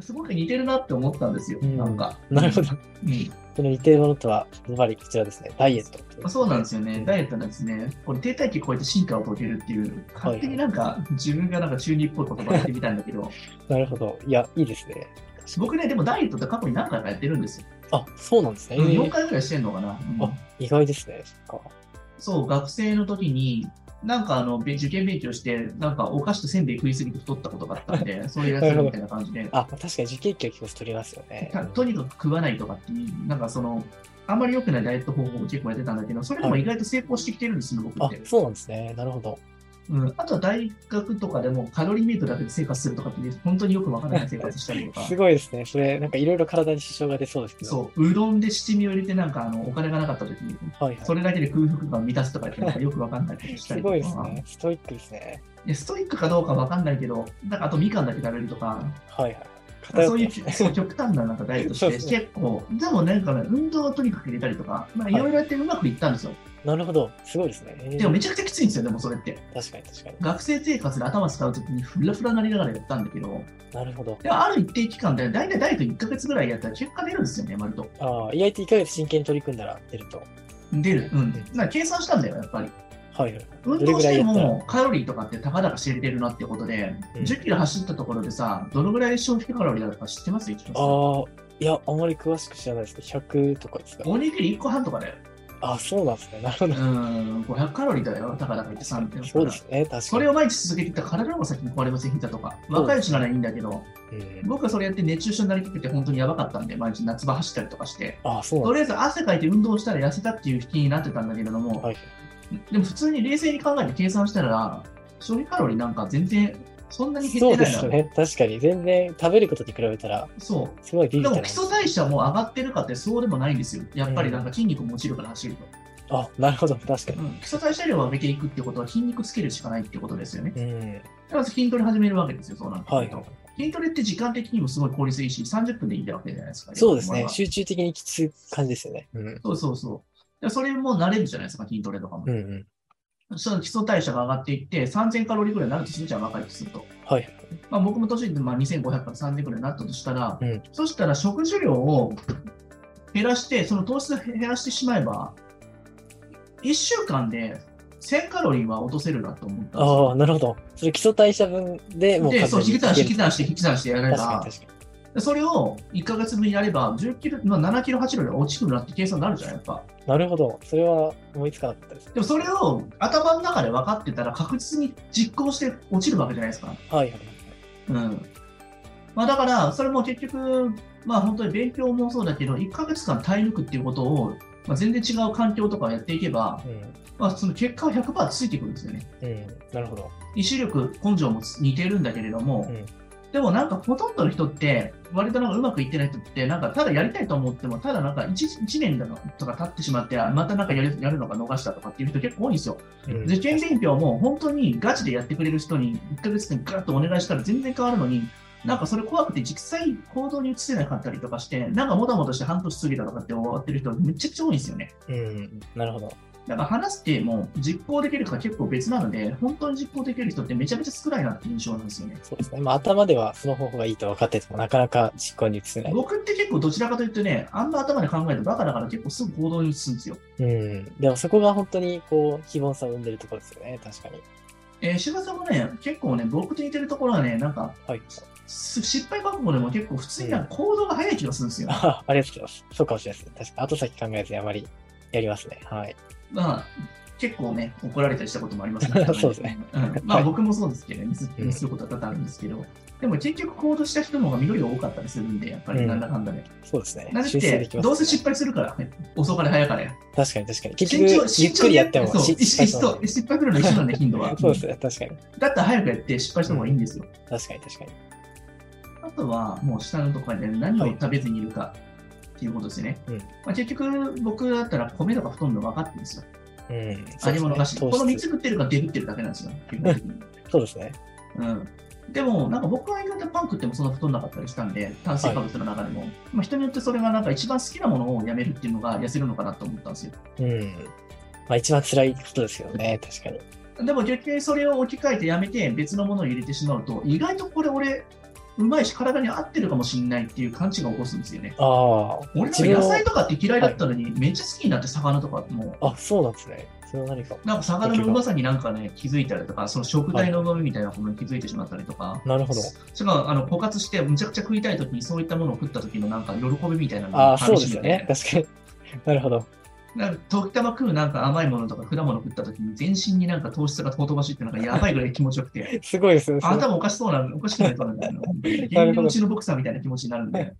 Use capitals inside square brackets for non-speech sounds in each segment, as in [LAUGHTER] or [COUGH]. すごく似てるなって思ったんですよ、うんなんか。なるほど。うんその似てるものとは、ズバリこちらですね。ダイエットという。そうなんですよね、ダイエットなんですね、これ停滞期を超えて進化を遂げるっていう、勝手になんか自分がなんか中二っぽい言葉言ってみたんだけど、なるほど。いや、いいですね。僕ね、でもダイエットって過去に何回かやってるんですよ。あ、そうなんですね。 4回ぐらいしてんのかな。うんあ、意外ですね。そっか。そう、学生の時に、なんかあのべ受験勉強して、なんかお菓子とせんべい食いすぎて太ったことがあったん [LAUGHS] で、そういうやつみたいな感じで、あ、確かに受験期は結構取りますよね。たとにかく食わないとかっていう、なんかその、あんまり良くないダイエット方法を結構やってたんだけど、それでも意外と成功してきてるんですよ、僕あって、。そうなんですね。なるほど。うん、あとは大学とかでもカロリーメイトだけで生活するとかっていう、本当によくわからない生活したりと [LAUGHS] かす、ごいですね。それ、なんかいろいろ体に支障が出そうですけど。そう、うどんで七味を入れてなんかあのお金がなかった時に、う。はいはい。それだけで空腹感を満たすとかってなんかよくわかんないことしたすりとごか。いですね。ストイックですね。でストイックかどうかわかんないけど、なんかあとみかんだけ食べるとか、はいはい。そ偏っうていますねうそう極端ななんかダイエットしそうて、ですね結構、でもなんかね、運動はとにかく入れたりとか、まあ、いろいろやってうまくいったんですよ。なるほど。すごいですね。えーでもめちゃくちゃきついんですよ、でもそれって。確かに確かに。学生生活で頭使うときにフラフラなりながらやったんだけど、なるほど。でもある一定期間で、だいたいダイエット1ヶ月ぐらいやったら結果出るんですよね、割と。ああ、意外と1ヶ月真剣に取り組んだら出ると。出る。うん。なんか計算したんだよ、やっぱり。はいはい。運どれ動ぐしらいてやったらもカロリーとかってたかだか知れてるなってことで、うん10キロ走ったところでさ、どのぐらい消費カロリーだったか知ってます一応ああ、いや、あまり詳しく知らないですけど、100とかですか。おにぎり1個半とかだよ。あそうなんですね。なるほうど。ん、500カロリーだよ。だからだから言って3点。そうですね。確かに。それを毎日続けていったら体も先に壊れません、ひたとか。若いうちならいいんだけど、うん、僕はそれやって熱中症になりきってて本当にやばかったんで、毎日夏場走ったりとかして、ああ、そうなんとりあえず汗かいて運動したら痩せたっていう気になってたんだけれども、はい。でも普通に冷静に考えて計算したら、消費カロリーなんか全然そんなに減ってそうでないな。すね。確かに。全然食べることに比べたら、そうすごいビビでたもな基礎代謝も上がってるかってそうでもないんですよ。やっぱりなんか筋肉も落ちるから走ると。あ、なるほど。確かに。うん基礎代謝量を上げていくってことは筋肉つけるしかないってことですよね。うん。だから筋トレ始めるわけですよ、そうなってくはるいと。。筋トレって時間的にもすごい効率いいし、30分でいいわけじゃないですか。そうです要ね。は集中的にきつい感じですよね。うん。そうそうそう。でそれも慣れるじゃないですか、筋トレとかも。うんうん。その基礎代謝が上がっていって、3000カロリーぐらいになるとするじゃん、若い人すると。はい。まあ、僕も年でまあ2500から3000ぐらいになったとしたら、うんそしたら食事量を減らして、その糖質を減らしてしまえば、1週間で1000カロリーは落とせるなと思ったんですよああ、なるほど。それ基礎代謝分でもうで、完そう、全に引き算して、引いきける算して、引き算してやれ確かばに、確かでそれを1ヶ月分やれば、10キロ、まあ、7キロ、8キロで落ちてくるなって計算になるじゃん、やっぱ。に。なるほど。それは思いつかなかったですね。でもそれを頭の中で分かってたら、確実に実行して落ちるわけじゃないですか。はいはい。うん。まあだから、それも結局、まあ本当に勉強もそうだけど、1ヶ月間耐え抜くっていうことを、まあ、全然違う環境とかやっていけば、うん。まあその結果は100%ついてくるんですよね。うん。なるほど。意志力、根性も似てるんだけれども、うんでもなんかほとんどの人って、割となんかうまくいってない人って、なんかただやりたいと思っても、ただなんか 1, 一年だのとか経ってしまって、あまたなんかやるやるのが逃したとかっていう人結構多いんですよ。うん受験勉強も本当にガチでやってくれる人に1ヶ月間ガッとお願いしたら全然変わるのに、なんかそれ怖くて実際行動に移せなかったりとかして、なんかもたもたして半年過ぎたとかって終わってる人めちゃくちゃ多いんですよね。うん。なるほど。だから話ってもう実行できるか結構別なので、本当に実行できる人ってめちゃめちゃ少ないなって印象なんですよね。そうですね。まあ、頭ではその方法がいいと分かってても、なかなか実行に移せない。僕って結構どちらかというとね、あんま頭で考えてバカだから結構すぐ行動に移すんですよ。うん。でもそこが本当に、こう、非凡さを生んでるところですよね。確かに。えー、志賀さんもね、結構ね、僕と似てるところはね、なんかはい。 [LAUGHS] す失敗覚悟でも結構普通になんか行動が早い気がするんですよ。あありがとうございます。そうかもしれないです。確かに。後先考えずにあまりやりますね。はい。まあ、結構ね、怒られたりしたこともあります [LAUGHS] そうですね。うん、まはあ、い僕もそうですけどね、ミスうんミスることは多々あるんですけど、でも結局行動した人の方が緑が多かったりするんで、やっぱりなんだかんだで。そうですねな。ぜ修っ正てでき、ます、ね。どうせ失敗するから、遅かれ早かれ。確かに確かに。結慎重局、ゆっくりやっても慎重にそう失敗しそうう。失敗するの一緒 [LAUGHS] なんで、頻度は。そうですね。確かに。だったら早くやって失敗した方がいいんですよ。確かに確かに。あとは、もう下のところで何を食べずにいるかっていうことですよね。うんまあ、結局、僕だったら米とかほとんど分かってるんですよ。うん。揚げ物菓子。こそうですのね3つ食ってるかデブってるだけなんですよ、基本的に。そうですね。うんでも、なんか僕は意外とパン食ってもそんな太んなかったりしたんで、炭水化物の中でも、まあ、人によってそれがなんか一番好きなものをやめるっていうのが痩せるのかなと思ったんですよ。うん。まあ、一番辛いことですよね。確かに。でも逆にそれを置き換えてやめて別のものを入れてしまうと、意外とこれ俺、うまいし、体に合ってるかもしれないっていう勘違いを起こすんですよね。ああ。俺自も分野を菜とかって嫌いだったのに、めっちゃ好きになって魚とかもあ、そうなんですね。それは何か。なんか魚のうまさになんかね、気づいたりとか、その食材のうまみみたいなものに気づいてしまったりとか、なるほど。しかもあの枯渇して、むちゃくちゃ食いたいときに、そういったものを食った時のなんか喜びみたいなのあがあ、そう楽でしすみよでね。確かに。 [LAUGHS] なるほど。なんか時たま食うなんか甘いものとか果物食った時に、全身になんか糖質が尊ばしいってなんかやばいぐらい気持ちよく [LAUGHS] て、すごいですね。そあのなたもおかしそうな、おかしくないとなんだよね。本当になる減ほど量中のボクサーみたいな気持ちになるんで、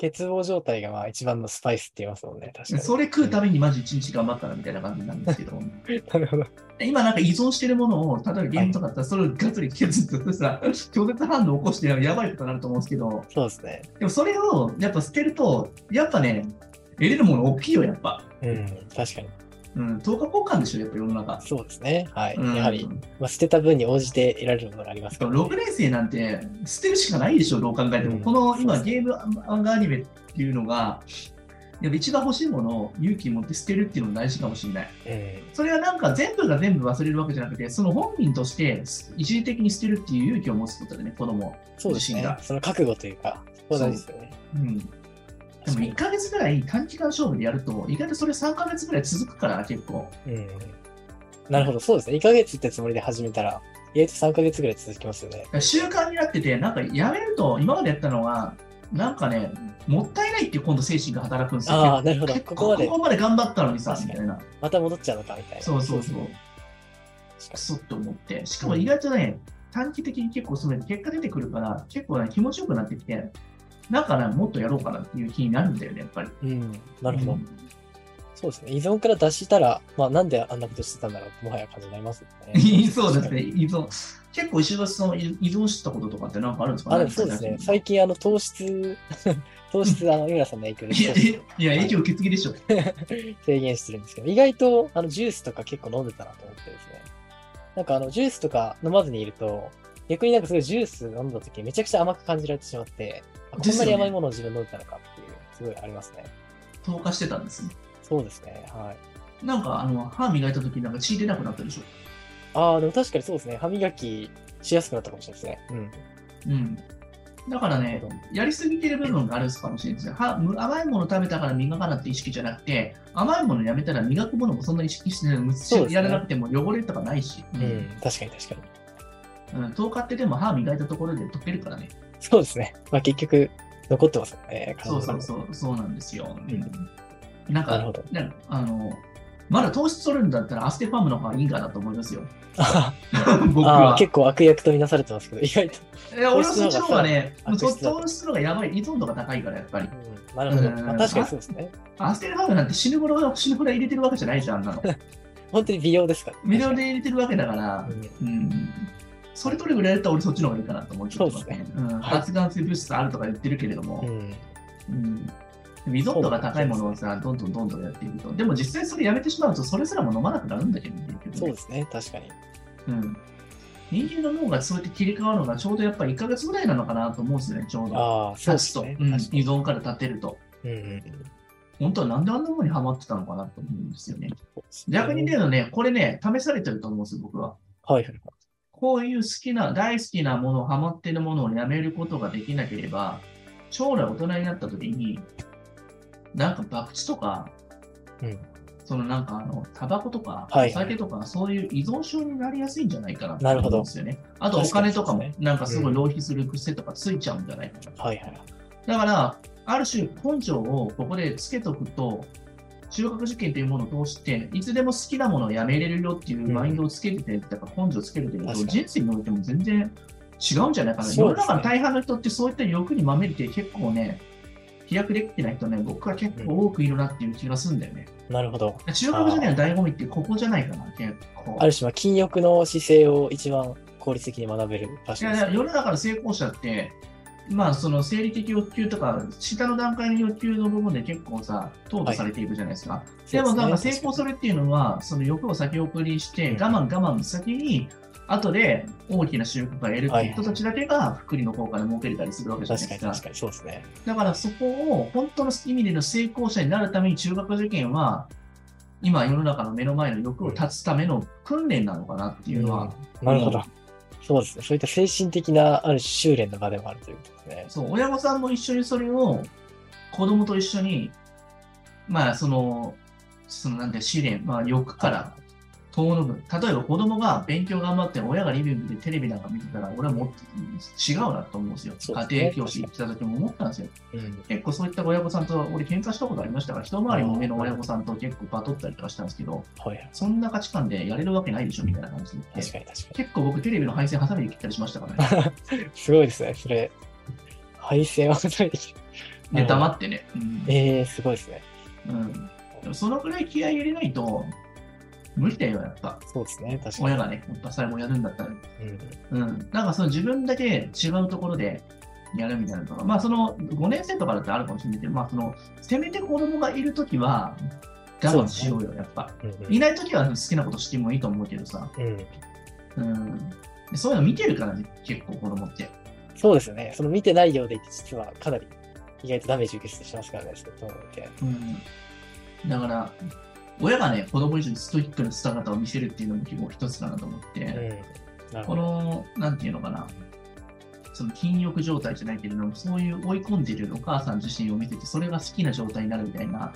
欠乏状態がまあ一番のスパイスって言いますもんね。確かに。それ食うためにマジ一日頑張ったなみたいな感じなんですけど。なるほど。今なんか依存してるものを、例えばゲームとかだったら、それをガッツリ削ってさ、拒絶反応を起こしてやばいことになると思うんですけど、そうですね。でもそれをやっぱ捨てると、やっぱね、得れるもの大きいよ、やっぱ。うん。確かに。うん、10日交換でしょ、やっぱ世の中。そうですね。はい。うん、やはり、まあ、捨てた分に応じて得られるものがありますしかから、も6年生なんて捨てるしかないでしょ、どう考えても。うんこの今、そうゲーム漫画アニメっていうのが、やっぱ一番欲しいものを勇気持って捨てるっていうのも大事かもしれない。うん。それはなんか全部が全部忘れるわけじゃなくて、その本人として一時的に捨てるっていう勇気を持つことだよね、子供を。そうです自ね信。がその覚悟というか、そこは大事ですよね。うんでも確かに1ヶ月ぐらい短期間勝負でやると、意外とそれ3ヶ月ぐらい続くから、結構。うん。なるほど。そうですね。1ヶ月ってつもりで始めたら、意外と3ヶ月ぐらい続きますよね。習慣になってて、なんかやめると、今までやったのは、なんかね、もったいないっていう今度精神が働くんですよ。ああ、なるほど。結こ構こまでここまで頑張ったのにさ、確みかたにいな。また戻っちゃうのかみたいな。そうそうそう。確かクソって思って。しかも意外とね、短期的に結構それで結果出てくるから、結構ね、気持ちよくなってきて、なんかね、もっとやろうかなっていう気になるんだよね、やっぱり。に。うん。なるほど。うんそうですね。依存から脱したら、まあ、なんであんなことしてたんだろうって、もはや感じになりますよね。 [LAUGHS] そうですね、依存。結構石橋さんは依依存してたこととかってなんかあるんですかあ、でもそうですね。最近、あの、糖質、糖質、あの、井村さんの影響でいや少しえいや、影響受け継ぎでしょ。制限してるんですけど、意外と、あの、ジュースとか結構飲んでたなと思ってですね。なんか、あの、ジュースとか飲まずにいると、逆になんかすごいジュース飲んだ時めちゃくちゃ甘く感じられてしまって、あこんなに甘いものを自分飲んでたのかっていう、すごいありますね。投下してたんですね。そうですね。はい。なんか、あの、歯磨いた時なんか血出なくなったでしょ。ああ、でも確かにそうですね。歯磨きしやすくなったかもしれないですね。うん。だからうん。なるねほ、どやりすぎてる部分があるかもしれないですね。歯む甘いもの食べたから磨かなって意識じゃなくて、甘いものやめたら磨くものもそんなに意識してないそうですねやらなくても汚れとかないし、ううんん、確かに確かに。うん、10日ってでも歯磨いたところで溶けるからね。そうですね。まあ結局、残ってますよね。そうそうう。そう、そうなんですよ。んなんなるか、ほど。なんかあの、まだ糖質取れるんだったらアステファームの方がいいかなと思いますよ。 [LAUGHS] あ僕あはー、。結構悪役とみなされてますけど、意外と。いや、俺はそっちの方がね、糖質の方がさ糖質の方がやばい、依存度が高いから、やっぱり。うん、なるほど。まあ、確かにそうですね。アステルハーブなんて死ぬほど、死ぬほど入れてるわけじゃないじゃん、あんな [LAUGHS] の。本当に美容ですから、ね。無料で入れてるわけだから確、かに。うん。それ取れぐらいだったら俺そっちの方がいいかなと思っちゃってますね。うんはい発がん性物質あるとか言ってるけれどもう、ん。うんうん。依存度が高いものをさ、どんどんどんどんやっていくと。でも実際それやめてしまうと、それすらも飲まなくなるんだけどね。結そ局うねですね。確かに。うん。人間の脳がそうやって切り替わるのがちょうどやっぱり1ヶ月ぐらいなのかなと思うんですよね、ちょうど。ああ、立そうでつすと、ね。うん依確かに。存から立てると。うんうん。本当はなんであんなものにハマってたのかなと思うんですよね。そうですね逆にね、ねこれね、試されてると思うんですよ、僕は。はいはい。こういう好きな、大好きなもの、ハマってるものをやめることができなければ、将来大人になった時に、なんか博打とか、うんそのなんかあの、タバコとか、はいお酒とか、そういう依存症になりやすいんじゃないかなとなるほ思どうんですよね。あとお確か金にとかそうもで、なんかすごういん浪費する癖とかついちゃうんじゃないかな。はいはい。だから、ある種根性をここでつけとくと、中学受験というものを通して、いつでも好きなものをやめれるよっていうマインドをつけてて、だから根性をつけるというと、確かに人生においても全然違うんじゃないかな。世そうのです中ねの大半の人ってそういった欲にまみれて結構ね、飛躍できてない人ね、僕は結構多くいるなっていう気がするんだよね。なるほど。中学受験の醍醐味ってここじゃないかな、結構。ある種、まあ、禁欲の姿勢を一番効率的に学べる場い所やでいすやね。世の中の成功者って、まあ、その生理的欲求とか、下の段階の欲求の部分で結構さ、淘汰されていくじゃないですか。でも、なんか成功する。るっていうのは、その欲を先送りして、うん我慢我慢先に、後で大きな収穫が得るっていう人たちだけが、福利の効果で儲けれたりするわけじゃない確かでにすか確。かに、そうですね。だから、そこを本当の意味での成功者になるために、中学受験は、今、世の中の目の前の欲を断つための訓練なのかなっていうのは、なるほど。そうですね。そういった精神的な、ある種修練の場でもあるということですね。そう、親御さんも一緒にそれを子供と一緒に、まあ、その、そのなんて試練、まあ、欲から遠のく。例えば子供が勉強頑張って、親がリビングでテレビなんか見てたら、俺はもっと違うなと思うんですよ。そうですね家庭教師行った時も思ったんですよ。うん。結構そういった親御さんと、俺喧嘩したことありましたから、一回りも上の親御さんと結構バトったりとかしたんですけど、はいはい。そんな価値観でやれるわけないでしょみたいな感じで言っ確て。かに確か結構僕テレビの配線挟みで切ったりしましたから [LAUGHS] ね。に。すごいですね。それ、配線を求めてきて。で、黙ってね。うんええー、すごいですね。うんでもそのくらい気合い入れないと、無理だよ、やっぱ。そうですね。確かに。親がね、やっぱ最後やるんだったら。うん。うん。なんかその自分だけ違うところでやるみたいなのとか、まあその5年生とかだってあるかもしれないけど、まあその、せめて子供がいるときは、我慢しようよ、やっぱ。うんうんいないときは好きなことしてもいいと思うけどさ。うん。うん。でそういうの見てるからね、結構子供って。そうですよね。その見てないようでいて、実はかなり意外とダメージ受けてしますからね。そういうと思って。うん。だから、親がね、子供以上にストイックな姿を見せるっていうのも結構一つかなと思って。うん。なるこほど。の、なんていうのかな、その禁欲状態じゃないけれども、そういう追い込んでるお母さん自身を見てて、それが好きな状態になるみたいな、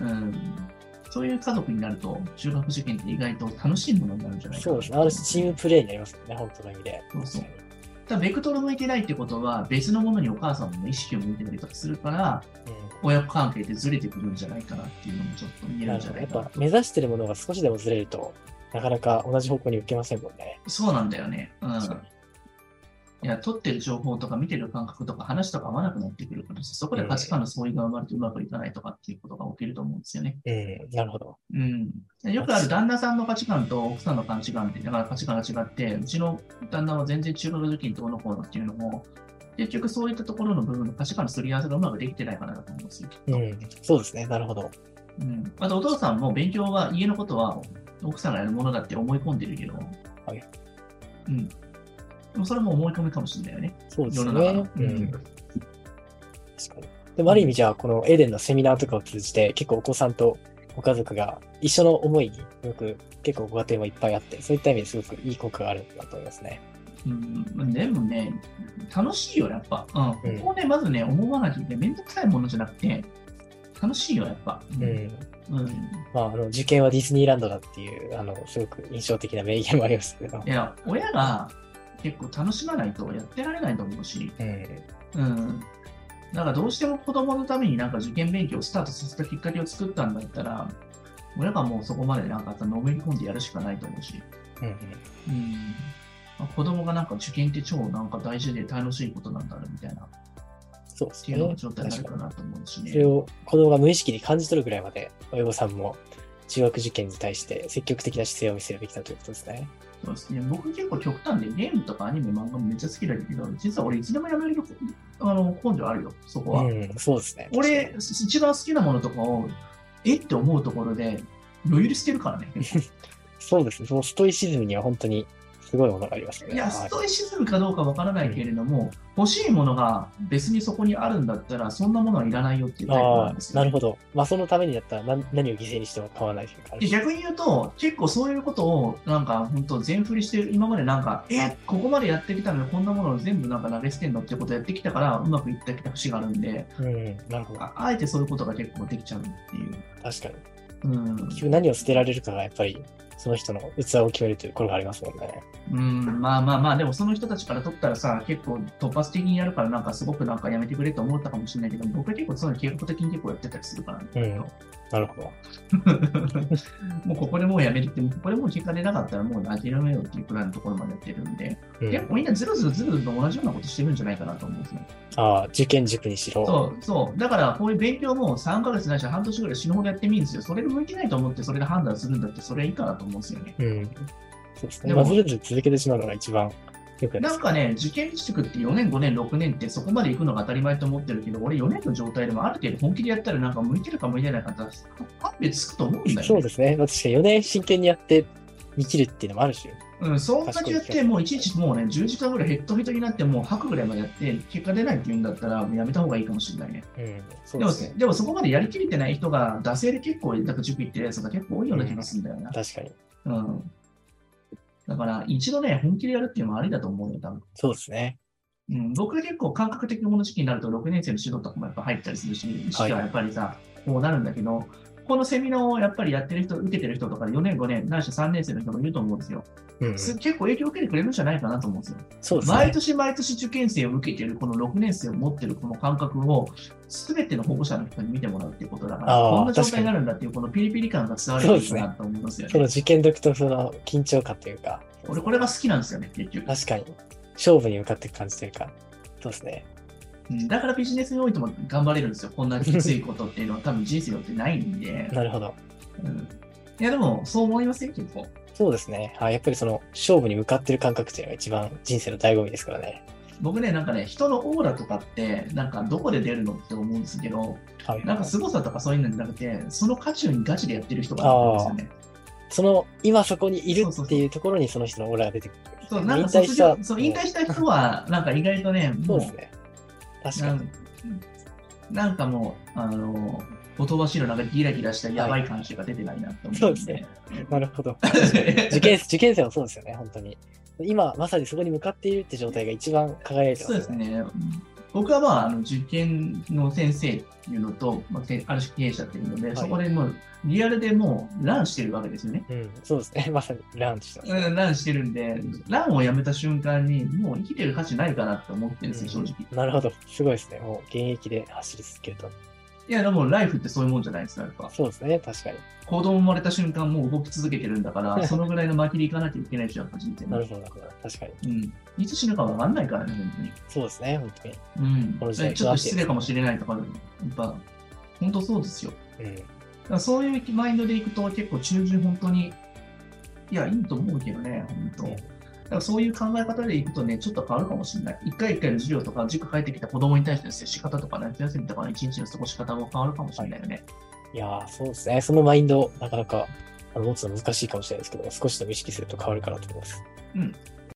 うん、そういう家族になると、中学受験って意外と楽しいものになるんじゃないかなそうですね。ある種チームプレーになりますよね。本当の意味で。そうそうただ、ベクトル向いてないってことは、別のものにお母さんの意識を向いてたりとかするから、うん親子関係ってずれてくるんじゃないかなっていうのもちょっと見えなるんるじほゃなどやいっかなぱ。目指してるものが少しでもずれると、なかなか同じ方向に受けませんもんね。そうなんだよね。うん。確かにいや、取ってる情報とか見てる感覚とか話とか合わなくなってくるから、そこで価値観の相違が生まれてうまくいかないとかっていうことが起きると思うんですよね。うん、なるほど。うん。よくある旦那さんの価値観と奥さんの価値観って、だから価値観が違って、うちの旦那は全然中学受験どうのこうのっていうのも、結局そういったところの部分の価値観のすり合わせがうまくできてないからだと思うんですよ。うん、そうですね。なるほど。うん。あとお父さんも勉強は家のことは奥さんがやるものだって思い込んでるけど、はい。うん。でもそれも思い込みかもしれないよね。そうです世よのね中。の。うん、確かに。でもある意味じゃあ、このエデンのセミナーとかを通じて、結構お子さんとご家族が一緒の思いに、よく結構ご家庭もいっぱいあって、そういった意味ですごくいい効果があるんだと思いますね。うん、でもね、楽しいよ、やっぱ。うん。うんここをね、まずね、思わなきゃいけない。めんどくさいものじゃなくて、楽しいよ、やっぱ。う。うんん。うん、いまあ、あの、受験はディズニーランドだっていう、あの、すごく印象的な名言もありましたけど。や、親が結構楽しまないとやってられないと思うし、うん。うん。だからどうしても子供のためになんか受験勉強をスタートさせたきっかけを作ったんだったら、親がもうそこまでなんかのめり込んでやるしかないと思うし。うんうん。うんまあ子供がなんか受験って超なんか大事で楽しいことなんだろうみたいなっそうですていね。うような状態にな確るかにかなと思うしね。それを子供が無意識に感じ取るぐらいまで親御さんも中学受験に対して積極的な姿勢を見せるべきだということですね。そうですね僕結構極端でゲームとかアニメ漫画もめっちゃ好きだけど、実は俺いつでもやめるあの根性あるよ、そこは。うん、そうですね。俺、一番好きなものとかを、えって思うところで、余裕してるからね。そうですね。そのストイシズムには本当にすごいものがありますね。いや、はストイシズムかどうかわからないけれども、欲しいものが別にそこにあるんだったら、そんなものはいらないよっていうタイプあなんあです、よなるほど。まあ、そのためにだったら何何を犠牲にしても構わないという感でじ。逆に言うと、結構そういうことを、なんか、本当全振りしてる、今までなんか、え、ここまでやってきたのに、こんなものを全部なんか投げ捨てんのってことやってきたから、うまくいった節があるんで、うん、なるほど。ああえてそういうことが結構できちゃうっていう。確かに。うん結局何を捨てられるかがやっぱりその人の器を決めるというところがありますもんね。うん、まあまあまあ、でもその人たちから取ったらさ、結構突発的にやるから、なんかすごくなんかやめてくれと思ったかもしれないけど、僕は結構そういうの計画的に結構やってたりするからね。うん、なるほど。もうここでもうやめるって、もうここでもう結果出なかったらもう諦めようっていうくらいのところまでやってるんで、うん結構みんなずるずるずるずると同じようなことしてるんじゃないかなと思うんですね。ああ、受験塾にしろ。そう、そう。だから、こういう勉強も3ヶ月ないし半年ぐらい死ぬほどやってみるんですよ。それで向いてないと思って、それで判断するんだって、それはいいかなと思うんですよね。うん。そうですでね。もまあ、ずるずる続けてしまうのが一番よくないでなすん。かね、受験塾って4年、5年、6年ってそこまで行くのが当たり前と思ってるけど、俺4年の状態でもある程度本気でやったらなんか向いてるか向いてないかって判別つくと思うんだよ [LAUGHS] そうね。ですね。私が4年真剣にやって見切るっていうのもある種。うん、そんだけやって、もう一日もうね、10時間ぐらいヘッドヘッドになって、もう吐くぐらいまでやって、結果出ないって言うんだったら、もうやめた方がいいかもしれないね。うん。でそうでもすね。でもそこまでやりきれてない人が、惰性で結構、なんか塾行ってるやつが結構多いような気がするんだよな。確かに。うん。だから、一度ね、本気でやるっていうのもありだと思うよ、多分。そうですね。うん、僕は結構感覚的なもの時期になると、6年生の指導とかもやっぱ入ったりするし、意識はやっぱりさ、こうなるんだけど、このセミナーをやっぱりやってる人、受けてる人とかで4年、5年、ないし3年生の人もいると思うんですよ。うん、すそ結構影響を受けてくれるんじゃないかなと思うんですよ。うです毎ね。年毎年受験生を受けてるこの6年生を持ってるこの感覚を全ての保護者の人に見てもらうっていうことだからあーこんな状態になるんだっていうこのピリピリ感が伝わるかなと思いますよねその受験独特の緊張感というか、俺これが好きなんですよね結局、確かに、勝負に向かっていく感じというか、そうですね。うんだからビジネスにおいても頑張れるんですよこんなきついことっていうのは多分人生によってないんで、なるほど。うんいやでもそう思いますよ結構そうですね。はい、やっぱりその勝負に向かってる感覚というのが一番人生の醍醐味ですからね。僕ねなんかね人のオーラとかってなんかどこで出るのって思うんですけどはい、なんか凄さとかそういうのじゃなくてその渦中にガチでやってる人がいるんですよねその今そこにいるそうそうそうっていうところにその人のオーラが出てくる。そう、なん引か退卒し業た。そう引退した人 [LAUGHS] は、なんか意外とね、そもううですね。確なかに。んなんかもう、あの、ほとばしるなんかギラギラしたやばい感じが出てないなって思そううでんすで [LAUGHS] ね。なるほど。受受験受験生もそうですよね、本当に。今、まさにそこに向かっているって状態が一番輝いてそまうですすよね。僕はまあ、あの受験の先生っていうのと、まあ、せある種経営者っていうので、いそこでもう、リアルでもう、ランしてるわけですよね。うん、そうですね。ま [LAUGHS] さにランチしてます。うんランしてるんで、ランをやめた瞬間に、もう生きてる価値ないかなって思ってるんですよ、正直。うんなるほど。すごいですね。もう現役で走り続けると。いや、でもライフってそういうもんじゃないですか、やっぱ。そうですね。確かに。子供生まれた瞬間もう動き続けてるんだから、そのぐらいの巻きでいかなきゃいけないじゃん、人生なもる。ほど。なるほど確かに。うん。いつ死ぬかわかんないからね、本そうですね。本当に。当に。うん。この時代ちょっと失礼かもしれないとか、やっぱ、本当そうですよ。うん。だからそういうマインドでいくと結構中旬本当に、いや、いいと思うけどね、本当。うんだからそういう考え方でいくとね、ちょっと変わるかもしれない。一回一回の授業とか、塾帰ってきた子供に対しての接し方とか、夏休みとかの一日の過ごし方も変わるかもしれないよね。いやー、そうですね。そのマインド、なかなかあの持つの難しいかもしれないですけど、少しでも意識すると変わるかなと思います。